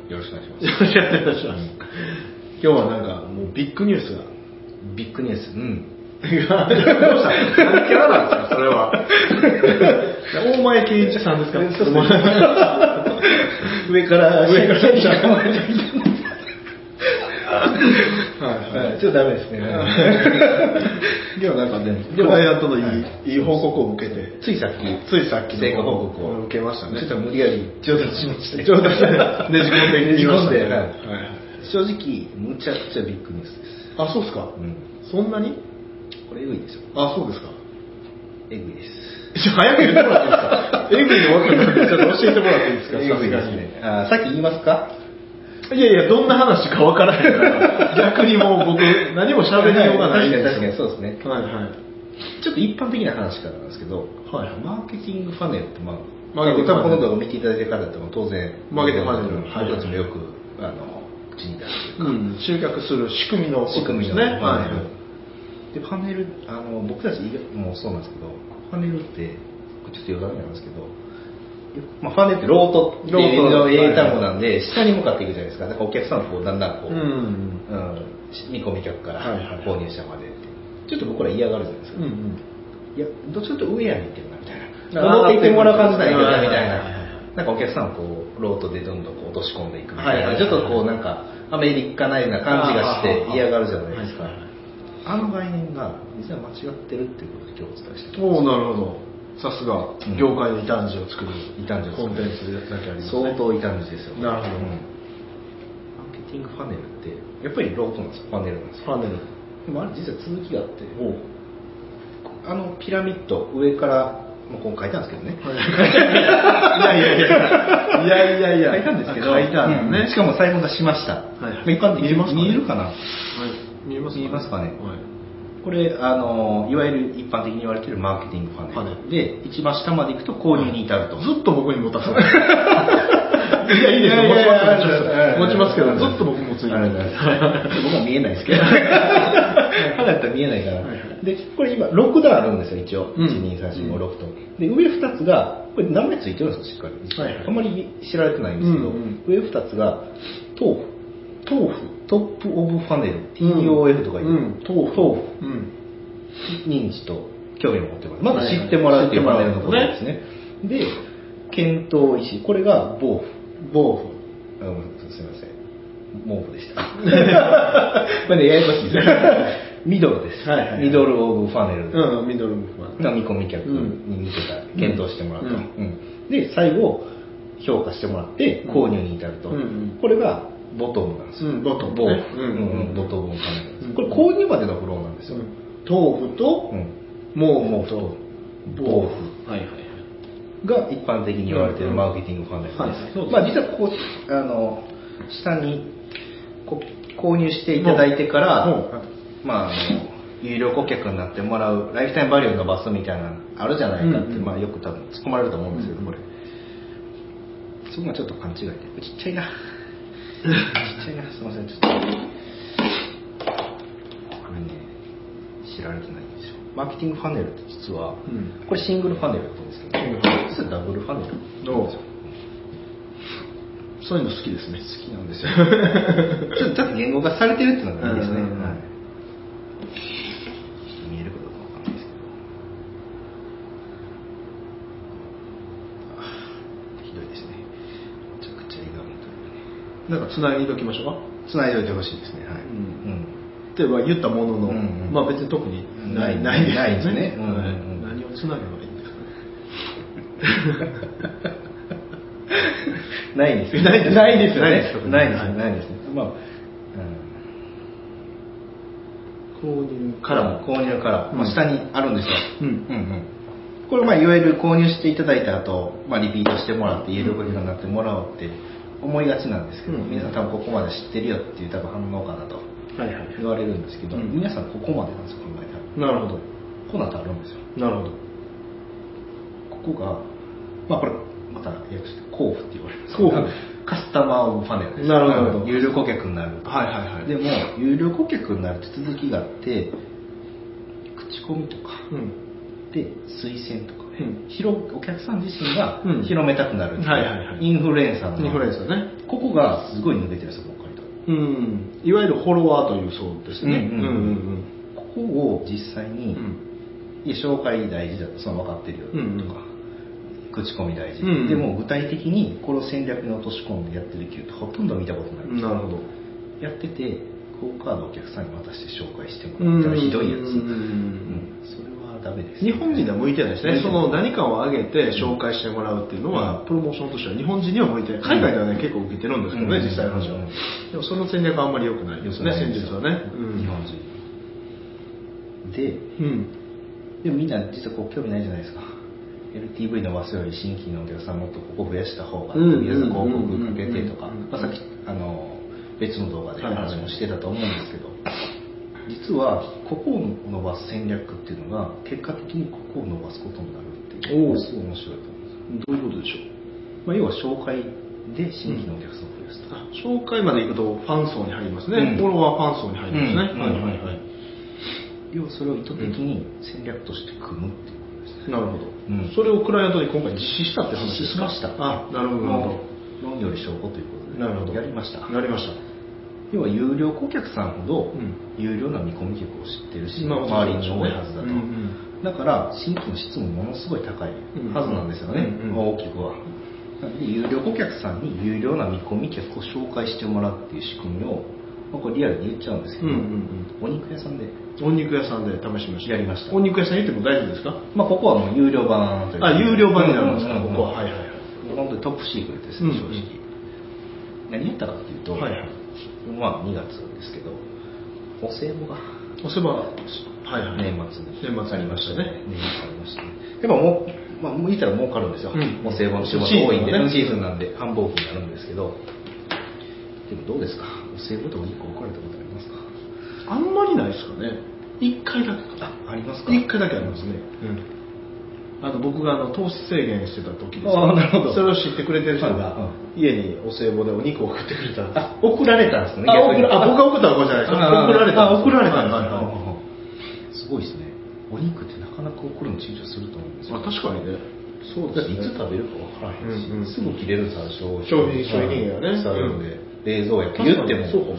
話し合ってました。今日はなんか、もうビッグニュースが。ビッグニュース。うん。どうした何キャラなんですか、そ れは。大前健一さんですかそうそう上から、上から下に下にはいはいちょっとダメ ですね。今日なんかね、クでもライアントのいい,、、はいい報告を受けて、ついさっき、ついさっきの成果報告を受けましたね。ちょっと無理やり上達しました。ちょうどねじ込んでねじ込んでいきましたねははいい正直、むちゃくちゃビッグニュースです。あ、そうですか。うん。そんなにこれ、えぐいでしょ。あ、そうですか。えぐいです。ちょ早く言ってもらっていい ですか。エグいの分かるちょっと教えてもらっていいですか、えぐいですね。あーさっき言いますかさすがにいやいや、どんな話かわからな いから、逆にもう僕、何も喋りようがないんですよ。確かに確かにそうですねはいはい。ちょっと一般的な話からなんですけど、はいマーケティングファネルって、まあ、マーケティングフ多分こァネルの動画を見ていただいてる方っても当然、マーケティングファネルはい僕たちもよく、あの、口に出してるうん、集客する仕組みのこと仕組みですのね。ね、はでパネルあの僕たち以外もそうなんですけどパネルってこれちょっと余談なんですけど、まあ、パネルってロートっていうロート英単語なんで、下に向かっていくじゃないですかだからお客さんのこうだんだんい。こう、ううんん。見込み客からはいはい購入者までってちょっと僕ら嫌がるじゃないですか、うんうん。いやどっちかというと上や見てるなみたいなあー戻っていってもらう感じなんやけどはいなはいみたいはいはいななんかお客さんをこうロートでどんどんこう落とし込んでいくみたはいいはいはいなちょっとこうなんかアメリカないような感じがして嫌がるじゃないですかははあの概念が実は間違ってるっていうことで今日お伝えしておおなるほど。さすがう、ん業界の異端児を作る、異端児を作るコンテンツだけありますね。相当異端児ですよなるほどうんマーケティングファネルってやっぱりロートなんですよファネルなんですよファネル。でもあれ実は続きがあってあのピラミッド上からまあ、こう書いたんですけどね、いやいやいや。いやいやいや。書いたんですけど、書いたんだうんね。しかも細分化しました。はいまあ一般的に見えますかね見えるかなはい見えますか見えますかねはいこれ、あの、いわゆる一般的に言われているマーケティングファネル。ファで、一番下まで行くと購入に至ると。ずっと僕に持たせない。いや、いいですよ。持ちますよ持ちますけど、ずっと僕もついてありがとうございます僕も見えないですけど。肌やったら見えないかはいはら。で、これ今、6段あるんですよ、一応。うん1、2、3、4、5、6と。で、上2つが、これ名前ついてるんですよ、しっかり。はいはいあんまり知られてないんですけど、うんうん上2つが、豆腐。豆腐トップオブファネル。TOF とか言う。うん豆腐。豆腐。うん。認知と興味を持ってもらう。まず知ってもらうっていうパネルのことですね。で、検討医師。これが防腐。防腐。あごめんすみません。毛布で した。これね、ややこしいですね。ミドルです。はいはいミドルオブファネル。うん、ミドルムーファン。が見込み客に向けた検討してもらうと、うんうんで最後評価してもらってうん購入に至ると、うんうんこれがボトムなんですよ、うんボトムねボーううんんうんうんボトムのためなんです、うんこれ購入までのフローなんですよ、豆腐とう、んもうももううとと、ボーはいはいはい。フが一般的に言われているマーケティングファンネルです、うんうんまあ、実はここあの下にこ購入していただいてから、まあ、あの有料顧客になってもらうライフタイムバリューを伸ばすみたいなのあるじゃないかって、うんうんまあ、よく多分突っ込まれると思うんですけど、うんこれそこがちょっと勘違いでちっちゃいなちっちゃいなすいませんちょっとこれね知られてないんですよマーケティングファネルって実は、うんこれシングルファネルって言うんですけど、うん実はダブルファネルおうそういうの好きですね。好きなんですよ ちょっとちょっと言語化されてるっていうのがいいですね、うんうんうんはい見えるかどうかわかんないですけどあーひどいですねめちゃくちゃ歪むというねなんか繋いでおきましょうか。つないでおいてほしいですねはい、ううんんっては言ったものの、うんうんまあ別に特にないないないですよないですねうんうんはいうん何をつなげばいいんですかね。 ないですよないですないですよなねいですよねないですはいよないですねまあ、うん購入カからもラーも購入カラー、まうあ、ん下にあるんですよ、うんこれまあいわゆる購入していただいた後、まあリピートしてもらって有料顧客になってもらおうって思いがちなんですけど、うん皆さん多分ここまで知ってるよっていう多分反応かなとはいはい。言われるんですけど、うん皆さんここまでなんですよ考えたらなるほど。この後あるんですよなるほど。ここがまあこれまた訳して交付って言われるんです交付カスタマーオブパネルですなるほどうん有料顧客になるはいはいはい。でも有料顧客になる手続きがあって口コミとか、うん。で推薦とかね、うん広お客さん自身がうん広めたくなるっていう、はいはいはいインフルエンサーのインフルエンサーね。ここがすごい抜けてるんですよ、北海道。うん。いわゆるフォロワーというそうですね。うんうんうんここを実際うんに、いや紹介大事だと、その分かってるよとか、うんうん口コミ大事、うんうんでも具体的にこれを戦略に落とし込んでやってる企業ってほとんど見たことない、うん。なるほど。やってて、好カードをお客さんに渡して紹介してもうらんったらひどいやつ、うんうんうんそれはダメです、日本人には向いてないです向いね。てそないの何かを上げて紹介してもらうっていうのは、うんプロモーションとしては日本人には向いてない。海外ではね、結構受けてるんですけどね、うん実際の話はうん。でもその戦略はあんまり良くないですね、戦術はね。う日ん本人でうん。でもみんな実はこう興味ないじゃないですか LTV 伸ばすより新規のお客さんもっとここ増やした方がとうりんあえず広告かけてとか、うんまあ、さっきあの別の動画で話もしてたと思うんですけど、実はここを伸ばす戦略っていうのが結果的にここを伸ばすことになるっていうおうすごい面白いと思うんですよ、どういうことでしょうまあ、要は紹介で新規のお客さんを増やすとか、紹介まで行くとファン層に入りますね、うんフォロワーファン層に入りますね、うんはいはいはい、要はそれを意図的に戦略として組むっていうことですねなるほど、うんそれをクライアントに今回実施したって話で実施すしかましたあなるほどなるほ論論より証拠ということでどなるほどやりましたやりました要は有料顧客さんほどうん有料な見込み客を知ってるし、まあ周りに多いはずだと、うんうんだから新規の質もものすごい高いはずなんですよね、うんうんまあ大きくはなんで有料顧客さんに有料な見込み客を紹介してもらうっていう仕組みを、まあ、これリアルで言っちゃうんですけど、うんうんお肉屋さんで、うんお肉屋さんで試しましたやりましたお肉屋さん言っても大丈夫ですかまあ、ここはもう有料版というかあ有料版になるんですか、うううここははいはいはい本当にトップシークレットですね、うん正直。何やったかっていうと、はいはいまあ2月ですけど、お歳暮がおせばはいはい年末に年末ありましたね年末ありましたね。でももう、まあ、もう言ったら儲かるんですよ。うんお歳暮の仕事シーズン多いんで、はねシーズンなんで繁忙期になるんですけど、でもどうですかお歳暮とか1個怒られたことありますかあんまりないですかね一回だけかありますか一回だけありますね、あの僕があの糖質制限してた時ですねあーなるほどそれを知ってくれてる人はいはが家にお歳暮でお肉を送ってくれたんですあ、怒られたんですね。あ逆に送らあ僕が送ったわけじゃないですよ送られたあ怒られたんですねはいはいはいすごいですね。お肉ってなかなか怒るの躊躇すると思うんですよ。まあ確かにねそうだっていいつつ食べるか分からへんし、うんうんすぐ切れるんですよ、消消費消費期限がねされるんで、冷蔵やって言っても、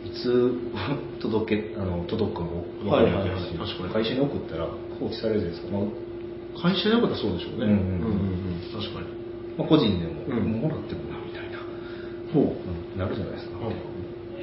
いつ届けあの届くかも分からないし、はいはいはい確かに会社に送ったら放置されるじゃないですか。まあ会社の方はそうでしょううんうんねうんうん確かにまあ個人でも、うんもらってもなみたいな、ほなるじゃないですか。はい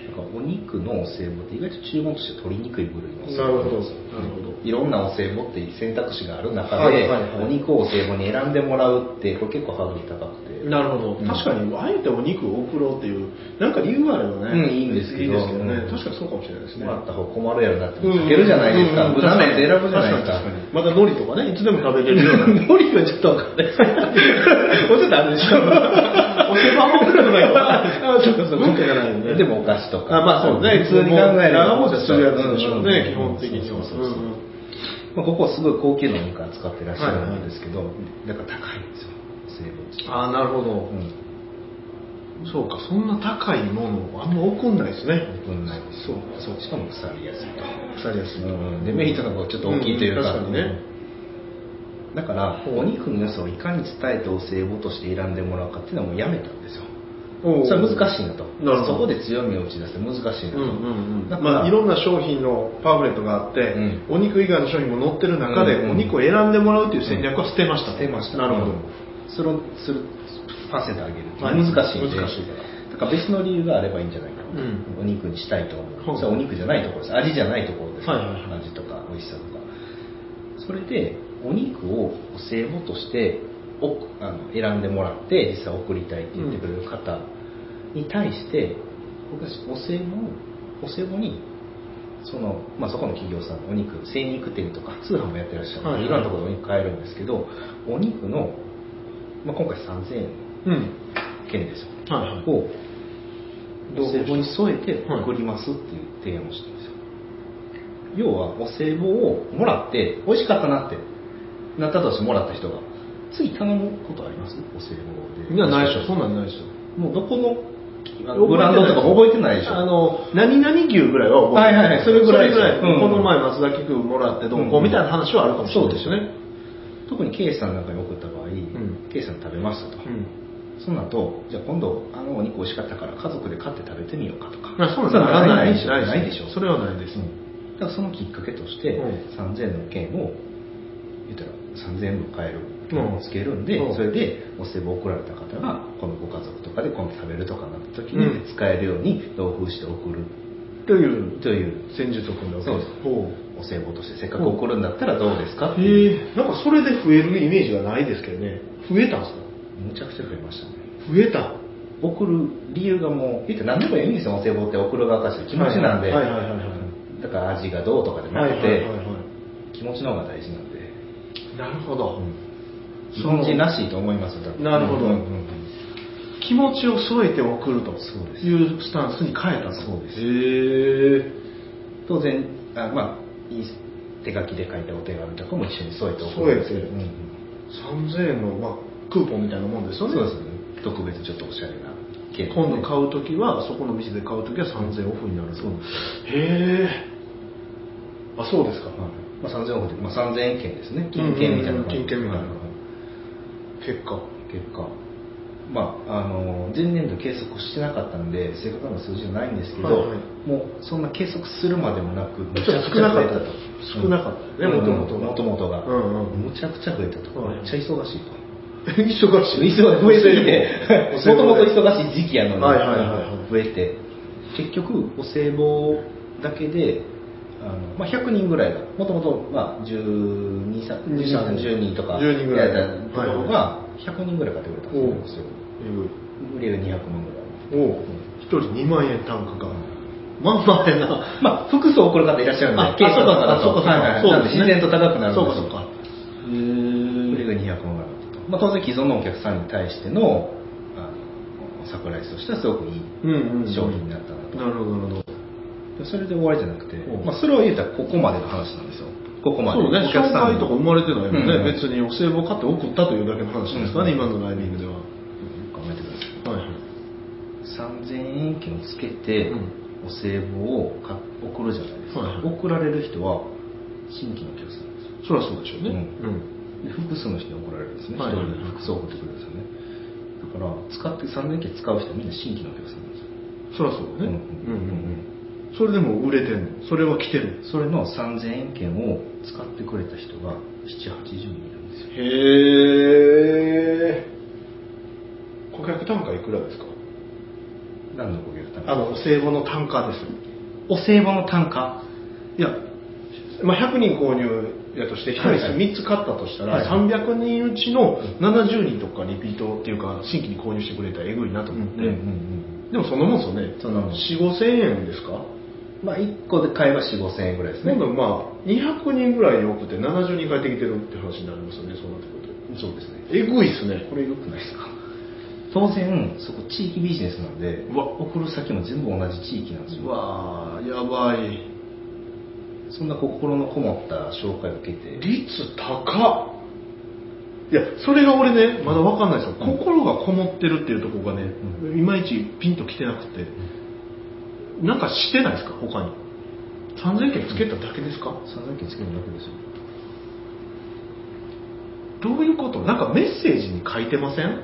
なんかお肉のお歳暮って意外と注文として取りにくい部類のお歳なるほ暮どですよなるほどいろんなお歳暮って選択肢がある中で、はいはいはいお肉をお歳暮に選んでもらうってこれ結構ハードル高くてうなるほどうん確かにあえてお肉を送ろうっていうなんか理由があればねうんいいんですけどいいですけどねうん確かにそうかもしれないですねもらった方困るやろなって避けるじゃないですか、無駄なやつ選ぶじゃないですか確に確にまた海苔と かねいつでも食べれるようなノリはちょっと分かんないですけどもうちょっとあるでしょ お手間もくるのよあそうかそうか文化がない んででもお菓子とかあまあそうね普通に考えれば長持ちするやつでしょうね基うん本的にはそうそうそうそううんうんまあ、ここはすごい高級なお肉扱ってらっしゃるんですけど、だから高いんですよ成分値ああなるほど、うんそうかそんな高いものをあんま怒んないですね分ないですそうそうしかも腐りやすいと、腐りやすいとうん、デメリットの方がちょっと大きいというか、うん確かにねだからお肉の良さをいかに伝えてお歳暮として選んでもらうかっていうのはもうやめたんですよおうそれは難しいなとなるほどそこで強みを打ち出して難しいなうと、んうんうんだから、まあ、いろんな商品のパンフレットがあって、うんお肉以外の商品も載ってる中で、うんうんお肉を選んでもらうという戦略は捨てました、捨てましたなるほど、うんそれをするパーセント上げるってはい難しいんで難しいかだから別の理由があればいいんじゃないかな、うんお肉にしたいと思ほううそれはお肉じゃないところです味じゃないところです、はいはいは味とか美味しさとかそれでお肉をお歳暮としておあの選んでもらって実際送りたいって言ってくれる方に対して、僕はお歳暮をお歳暮にその、まあ、そこの企業さんお肉精肉店とか通販もやってらっしゃるので、はいいろんなところでお肉買えるんですけどお肉の、まあ、今回3000円うん券ですよはいはいをどうお歳暮に添えてはい送りますっていう提案をしたんですよ、要はお歳暮をもらって美味しかったなってなったとしてもらった人が次頼むことありますお歳暮でいやないでしょそんなんないでしょもうどこのあのブランドとかも覚えてないでしょあの何々牛ぐらいは覚えてはいはいはいそれぐらいですそれぐらいうんこの前松崎牛もらってどうこうみたいな話はあるかもしれなそいうですよね特に K さんなんかに送った場合、ん K さん食べましたと、うんその後、じゃあ今度、あのお肉美味しかったから家族で買って食べてみようかとか。いやそうなんそだんなないなないいででししょょ。ないでしょそれはないです、うん、だからそのきっかけとして、う3000円の券を言ったら3000円分買えるうんをつけるんで、うんそれでお歳暮を送られた方がこのご家族とかで今度食べるとかなった時うに使んえるように同封して送るというという戦術を組んだわけそうですほうお歳暮としてせっかく送るんだったらどうですかっていうへえなんかそれで増えるイメージがないですけどね増えたんですかむちゃくちゃ増えましたね増えた送る理由がもう言って何でもいいんですよお歳暮って送る側からして気持ちなんで、はいはいはいはいだから味がどうとかじゃはないくて、はいはいはい気持ちの方が大事なんでなるほど、日本人らしいと思いますよ多分なるほどうんうんうん気持ちを添えて送るとそうですいうスタンスに変えたとそうですへえ当然あまあいい手書きで書いたお手紙とかも一緒に添えておく添えてうんうん3000円の、まあ、クーポンみたいなもんですそようねですね特別ちょっとおしゃれな券今度買うときはそこの店で買うときは3000円オフになるとそうへえあそうですか、はいまあ、3000円オフで、まあ、3000円券ですねうんうんうん金券みたいな金券みたはいな結果結果まあ、あの前年度計測してなかったんで正確な数字はないんですけど、はいはいもうそんな計測するまでもなくむちょっと少なかったと少なかったねもともと元々がもともとが、うんうんむちゃくちゃ増えたと、はいめっちゃ忙しいと忙しい増えすぎて もとお歳暮もとで忙しい時期やのに、はいはいはいはい増えて結局お歳暮だけであの、まあ、100人ぐらいがもともと12 30人とか10人ぐらいやったところが100人ぐらい買ってくれたんですよ売り上げ200万ぐらいおお1人2万円単価がまあまあやなまあ複数送る方いらっしゃるんであ経費とかだあそうとかそうかはいはいそうかなんで自然と高くなるんでそうかそうか売り上げ200万ぐらいだったと、まあ、当然既存のお客さんに対してのあのサプライズとしてはすごくいいうんうん商品になったなとなるほどなるほどでそれで終わりじゃなくてうん、まあ、それを言うたらここまでの話なんですよここまでそうね、お紹客さん介にとか生まれてないもんね、うんうん別にお歳暮買って送ったというだけの話ですからうね、ん今のタイミングでは。は考えてくださいいはい。 3000円券をつけて、うんお歳暮をか送るじゃないですか、はいはい送られる人は新規のお客さんですよそりゃそうでしょうね。うんうでん。複数の人に送られるんですね、はい1人で複数送ってくるんですよねだから使って3000円券使う人はみんな新規のお客さんなんですよそりゃそうだうんね。うんうんうん。それでも売れてんの。それは来てる。それの3000円券を使ってくれた人が780人いるんですよへえ。顧客単価いくらですか何のご客単あ価の、お歳暮の単価ですよ。お歳暮の単価いや、まあ、100人購入やとして、1はいは人い3つ買ったとしたら、はいはい300人うちの70人とかリピートっていうか、新規に購入してくれたらえぐいなと思って、でもそんなもんですそよね。んなもん4、5千円ですかまあ1個で買えば4 5千円ぐらいですね今度まあ、200人ぐらいに送って70人帰ってきてるって話になりますよね、そうなってくるそうですねと。えぐいっすね。これ良くないですか当然そこ地域ビジネスなんでうわ送る先も全部同じ地域なんですうよわー、やばい。そんな心のこもった紹介を受けて率高っいや、それが俺ね、まだわかんないですよ。うん心がこもってるっていうところがね、ういまいちピンときてなくて、なんかしてないですか、他に。3000件つけただけですか、 3000件つけるだけですよどういうことなんかメッセージに書いてません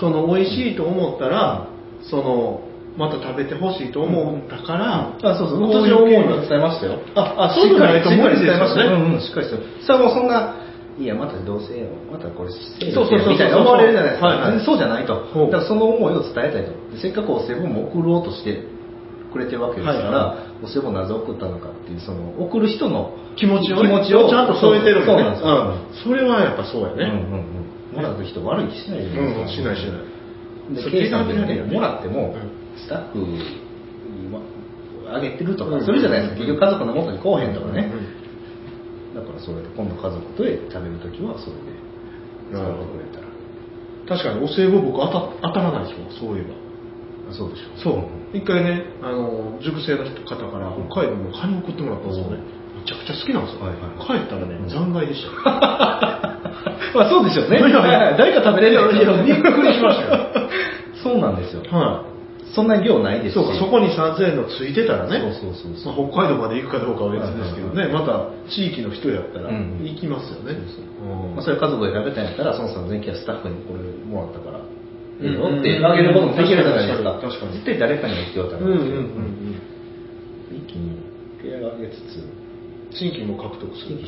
その美味しいと思ったら、そのまた食べてほしいと思うんだから、あ、そうそう、こ私いは思う件の伝えましたよ。ああそういうのないと無理ですよねうんうん、しっかりしてる。それはもうそんな、いや、またどうせよ、またこれ、せそうそうそうそうみたいな思われるじゃないですか。はいはい全然そうじゃないと。ほうだからその思いを伝えたいと。でせっかくお歳暮も送ろうとしてくれてるわけですから、はお歳暮なぜ送ったのかっていう、その、送る人の気持ちを気ね、持ちをちゃんと添えてるんそうだなんねですうん、それはやっぱそうやよ。うんね。うんうん。もらう人悪い気しないじゃないですか。しないしない。でそれ計算的計算できないよねにもらっても、うスタッフにまあげてるとうんかするじゃないですか、結局家族の元に来おへんとかね、うだからそれで今度家族と食べるときはそれで使ってくれたら、ん確かにお歳暮僕当た当たらないですもん、そういえば。あそうでしょそう、一回ね、あの熟成の方から北海道のカニ送ってもらったんですよね。めちゃくちゃ好きなんですよ。はいは帰ったらねう、ん残骸でした。 まあそうでしょうねいやいや誰か食べれるいやいやびっくりしましたよ そうなんですよはそんなに量ないですい。しそうか、そこに3000円のついてたらね、そうそうそうそうまあ、北海道まで行くかどうかは別ですけどはね、いまた地域の人やったらうん行きますよね。そうそううんまあ、それ家族で食べたんやったらその3000円はスタッフにこれもらったからいいよっうてんあげることもできるじゃないですか。確かに確かに絶対誰かには必要だとうん思うんううんですけど、一気に手ん上げつつ、うん新規も獲得す一気るに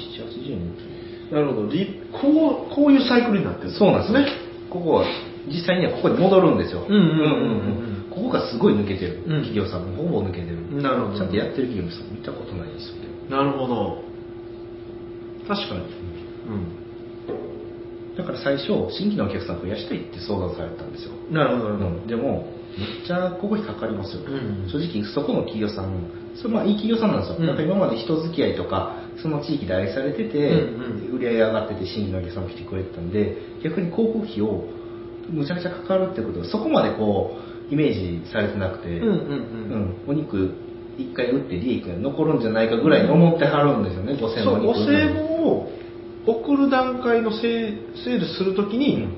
7、80人なるほどりこうこういうサイクルになってるそうなんですね。ここは、実際にはここに戻るんですよ。うんうんうんうんうんうんここがすごい抜けてる。ん企業さんもほぼ抜けてる。なるほどちゃんとやってる企業さん見たことないですよね。なるほど確かにだから最初、新規のお客さん増やしたいって相談されたんですよ。うんなるほどなるほどでも、めっちゃここ引っかかりますよ、うん正直、そこの企業さん、それまあいい企業さんなんですよ、うんなんか今まで人付き合いとか、その地域で愛されてて、うん売り上げ上がってて、新規のお客さんも来てくれてたんで、逆に広告費をむちゃくちゃかかるってことは、そこまでこうイメージされてなくて、うんうんうんお肉1回売って利益が残るんじゃないかぐらいに思ってはるんですよね、5000そ万う人お歳暮を送る段階のセーセールするときに、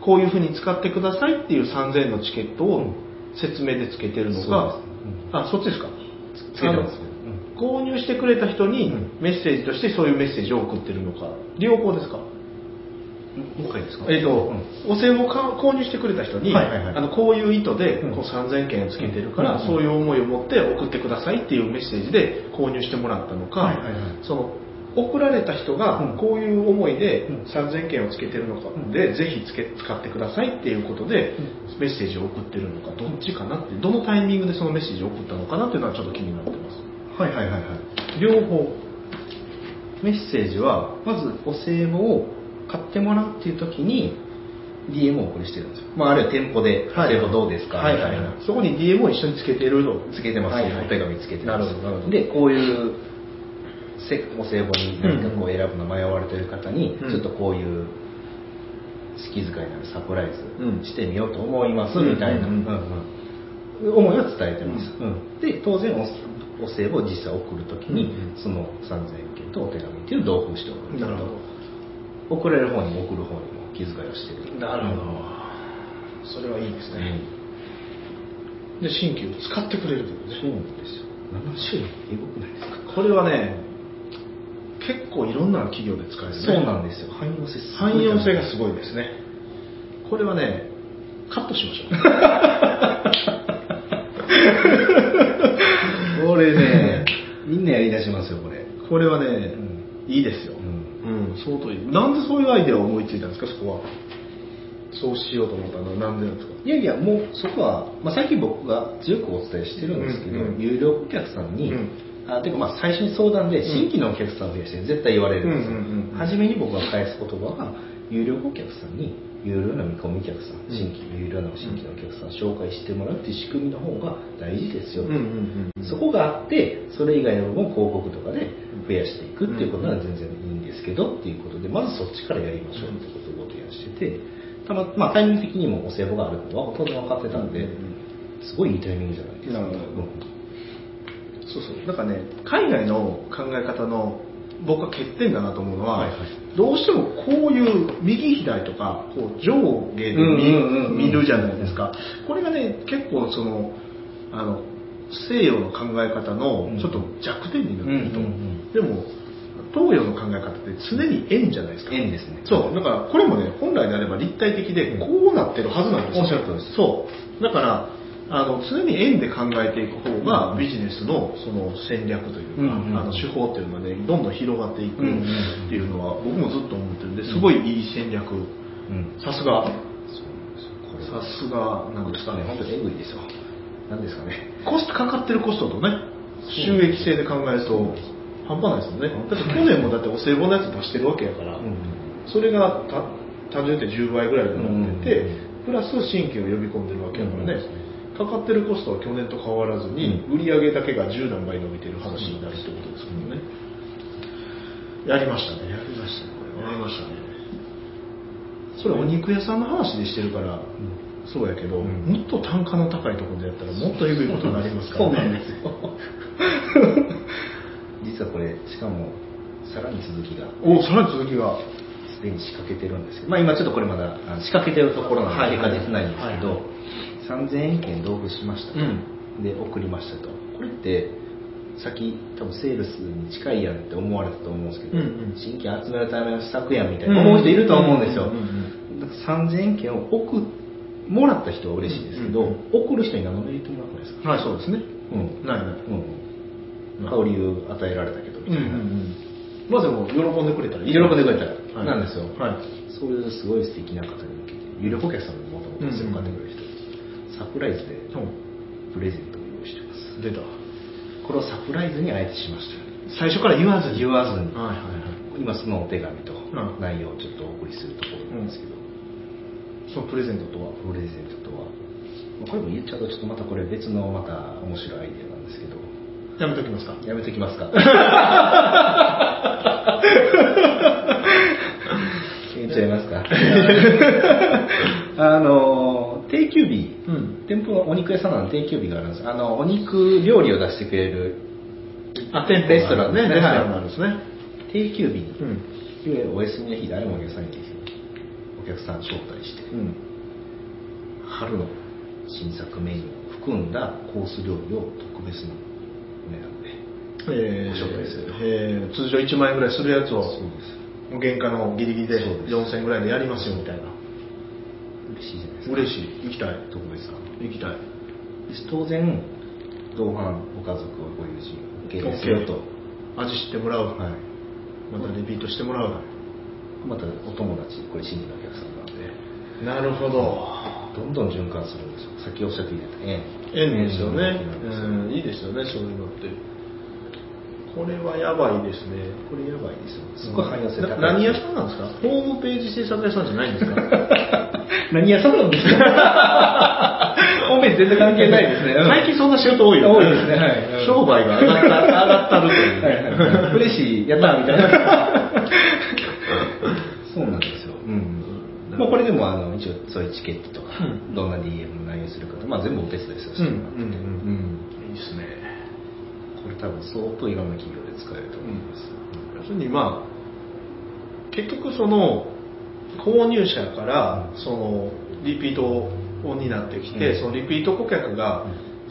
こういうふうに使ってくださいっていう3000円のチケットを説明でつけてるのが、そうですあそっちですかつつけてますよ、あの購入してくれた人にうんメッセージとしてそういうメッセージを送ってるのか両方ですかうんもう一回ですかえっと、うんお歳暮をか購入してくれた人に、はいはいはいあのこういう意図で、うんこう3000件つけてるから、うんそういう思いを持って送ってくださいっていうメッセージで購入してもらったのか、はいはいはいその送られた人うがんこういう思いでうん3000件をつけてるのかうんで、ぜひつけ使ってくださいっていうことで、メッセージを送ってるのかどっちかなってどのタイミングでそのメッセージを送ったのかなっていうのはちょっと気になってますはいはいはいはい両方メッセージはまずお歳暮を買ってもらうっていう時に DM をお送りしてるんですよ、まあ、あるいは店舗で「お歳暮どうですか?」みはたいはいいなはいそこに DM を一緒につけてるのつけてます、はいはいお手紙つけてまなるすほどなるほどでこういうせお歳暮に何かこう選ぶの迷われてる方に、うんちょっとこういう好き遣いのあるサプライうんズしてみようと思います、みたいな、うんうんううんうんん思いを伝えてます、うんで当然おお歳暮を実際送るときに、うんうんその3000件とお手紙っていうのを同封しておくなるほ送れる方にも送る方にも気遣いをしてるなるほどうん、それはいいですね、で新旧を使ってくれるというねそうなんですよ7種類えぐくないですかこれはね結構いろんな企業で使えるねそうなんですよ。汎用性すごい汎用性がすごいですねこれはねカットしましょうこれねみんなやり出しますよ、これ。 これはね、んいいですよ、うん相当いいなんでそういうアイデアを思いついたんですかそこはそうしようと思ったのはなんでなんですかいやいや、もうそこは、まあ、最近僕が強くお伝えしてるんですけど、うんうん有料顧客さんに、うんあていうかまあ最初に相談でん新規のお客さんを増やして絶対言われるんですよ、うんうんうん初めに僕が返す言葉は有料顧客さんに有料な見込み客さんうん新規有料な新規のお客さんを紹介してもらうっていう仕組みの方が大事ですよ、そこがあってそれ以外の部分を広告とかで増やしていくっていうことなら全然いいんですけどっていうことでまずそっちからやりましょうってことをご提案しててたま、まあ、タイミング的にもお歳暮があるのは当然分かってたんで、うんうんすごいいいタイミングじゃないですか、なるほどうんそうそうなんかね海外の考え方の僕は欠点だなと思うのは、はいはいどうしてもこういう右左とかこう上下で見,、うんうんうんうん見るじゃないですかこれがね結構そのあの西洋の考え方うんのちょっと弱点になってると思う、うんうんでも東洋の考え方って常に円じゃないですか円ですねそうだからこれもね本来であれば立体的でこうなってるはずなんですよおっしゃる通りですそうだからあの常に円で考えていく方がビジネスのその戦略というか、うんうんあの手法というのがねどんどん広がっていくうんうんっていうのは僕もずっと思ってるんですごいいい戦略うんさすがそうなんですよこれさすがなんですかはね本当にねエグいですよなんですかねコストかかってるコストとね収益性で考えると半端ないですよねだって去年もだってお歳暮のやつ出してるわけやから、それがた単純で10倍ぐらいになってて、うんプラス新規を呼び込んでるわけだからね、うかかってるコストは去年と変わらずに、売り上げだけが10何倍伸びてる話になるってことですもんね、やりましたねやりましたねこれやりましたねそれお肉屋さんの話でしてるから、そうやけど、うんもっと単価の高いところでやったらもっとえぐいことになりますかそらう なんねですよ 実はこれしかもさらに続きがおさらに続きがすでに仕掛けてるんですけど、まあ、今ちょっとこれまだあの仕掛けてるところなんではい結果出てないんですけど、はい3000円券同封しましたと、うで送りましたとこれって先多分セールスに近いやんって思われたと思うんですけど、うんうん新規集めるための施策やんみたいな思う人いると思うんですよ、うんうんうだんから3000円券を送っもらった人は嬉しいですけど、うん送る人に何のメリットもなくないですか、はい、そうですね。うんないない。うん、香りを与えられたけどみたいうんうな、んうん。まあでも、喜んでくれたらいい。喜んでくれたら、はいなんですよ、はいそういうすごい素敵な方に向けて有力お客さんももともとですようん買ってくれる人、サプライズでうプレゼントを用意してますん。出た。これをサプライズにあえてしました最初から言わずに。言わずに、はいはいはい。今そのお手紙とうん内容をちょっとお送りするところなんですけど、そのプレゼントとは。プレゼントとは、まあこれも言っちゃうとちょっとまたこれ別のまた面白いアイデアなんですけどやめときますか。やめとき ますか言っちゃいます かあの定休日うん。店舗のお肉屋さんなので定休日があるんですあのお肉料理を出してくれるあ、店舗レストランね。ねレストランがあるんですね。定休日に、うん。いわゆるお休みの日誰もお客さんに来てお客さん招待して、うん。春の新作メニューを含んだコース料理を特別なお値段でえーご紹介するえー通常1万円ぐらいするやつをそうもう原価のギリギリでそうです4000円ぐらいでやりますよみたいなです嬉しいじゃないですか嬉しい行きたい特別さ行きたい当然同伴ご家族ご友人 OK ですよと、味知ってもらう、はい、またリピートしてもらう、またお友達これ新規のお客さんなんでなるほどどんどん循環するんですよさっきおっしゃっていた円縁ですよね縁の動きなんですようんいいですよねそういうのってこれはやばいですねこれやばいですよすごい汎用性高いな何屋さんなんですかホームページ制作屋さんじゃないんですか 何屋さんなんですか 本編全然関係ないですね。うん最近そんな仕事多いよ多いですねはいうん商売が上がった上がったるという、はいはい嬉しい、やったーみたいな。 そうなんですよ。うん。まあこれでもあの一応そういうチケットとか、うどんな DM の内容するかと、まあ全部お手伝いですよ、うんしてもらっててうんうんうんいいですねこれ多分相当いろんな企業で使えると思います。要するにまあ結局その購入者からそのリピートになってきて、うんそのリピート顧客が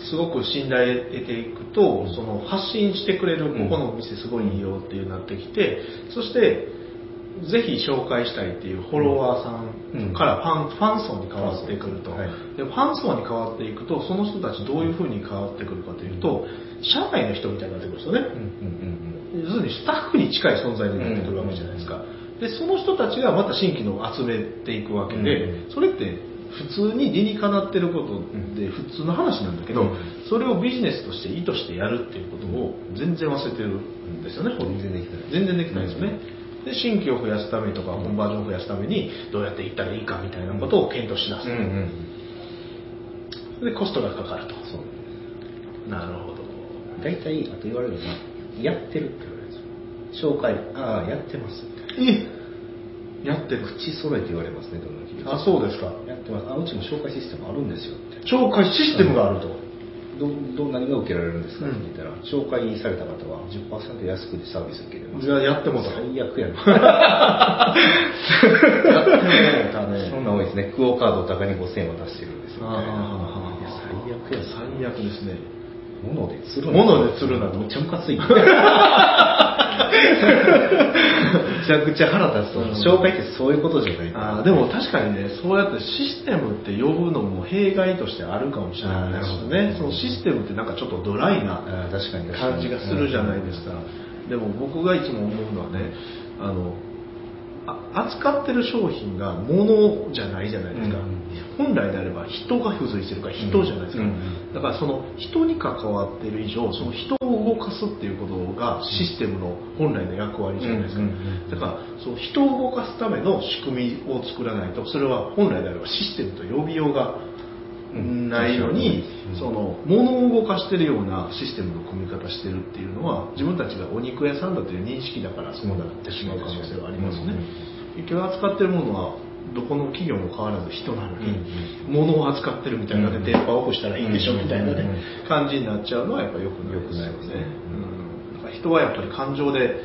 すごく信頼を得ていくと、その発信してくれるうこんこのお店すごいいいよっていうなってきてそしてぜひ紹介したいっていうフォロワーさんからファン,、ファン層に変わってくると、はいでファン層に変わっていくとその人たちどういうふうに変わってくるかというと社内の人みたいになってくるんですよね、うんうん要するにスタッフに近い存在になってくるわけじゃないですか、でその人たちがまた新規のを集めていくわけで、うそれって普通に理にかなってることで普通の話なんだけど、うんそれをビジネスとして意図してやるっていうことを全然忘れてるんですよね、うん。全然できてない。全然できないですよね、で新規を増やすためとかコンバージョンを増やすためにどうやっていったらいいかみたいなことを検討しだす、うんうん。でコストがかかるとそう。なるほど大体、あと言われるのは、やってるって言われるんですよ。紹介、ああ、やってますみたいな。えやってる口揃えて言われますね、どの企業あそうですかやってます。あ、うちも紹介システムあるんですよって。紹介システムがあると、どどんなにが受けられるんですかうっんて言ったら、紹介された方は10%安くでサービス受けれます。じゃあやってもだ最悪やな。やってもだ ねそんなん多いですね。クオカードを高に5000円渡してるんですよ、みたいなああ。いや最悪やな。最悪ですね物で釣る物で釣るなとめっちゃムカついて。めちゃくちゃ腹立つと思う。紹介ってそういうことじゃないあーでも確かにねそうやってシステムって呼ぶのも弊害としてあるかもしれないですよあーなるねほそどのシステムってなんかちょっとドライなあー確かに確かに感じがするじゃないですかでも僕がいつも思うのはねあのあ扱ってる商品が物じゃないじゃないですか、うん本来であれば人が付随してるから人じゃないですか、うんうんだからその人に関わってる以上その人を動かすっていうことがシステムの本来の役割じゃないですか、うんうんうんだからその人を動かすための仕組みを作らないとそれは本来であればシステムと呼びようがうんないのに、うんその物を動かしてるようなシステムの組み方してるっていうのは自分たちがお肉屋さんだという認識だからそうなってしまう可能性はありますね、結局扱ってるものはどこの企業も変わらず人なのに、物を扱ってるみたいなね、うん電波オフしたらいいんでしょうんみたいなね、うん感じになっちゃうのはやっぱ良くないですよ良くないですねねうんだから人はやっぱり感情で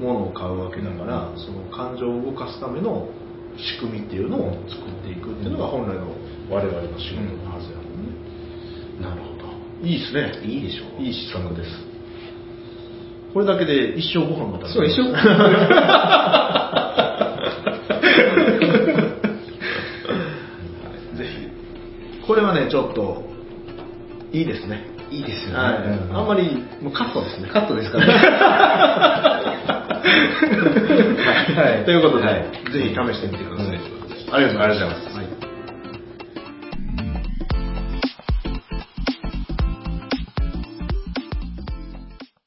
物を買うわけだから、うんその感情を動かすための仕組みっていうのを作っていくっていうのが本来の我々の仕事のはずやもんね、なるほどいいですねいいでしょいい施策ですこれだけで一生ご飯が食そうべれる一緒 ぜひこれはね、ちょっと、いいですね。いいですよね。はい。うんあんまり、もうカットですね。カットですからね。はいはいということで、 はいぜひ試してみてください。うんありがとうございます。ありがとうございますはい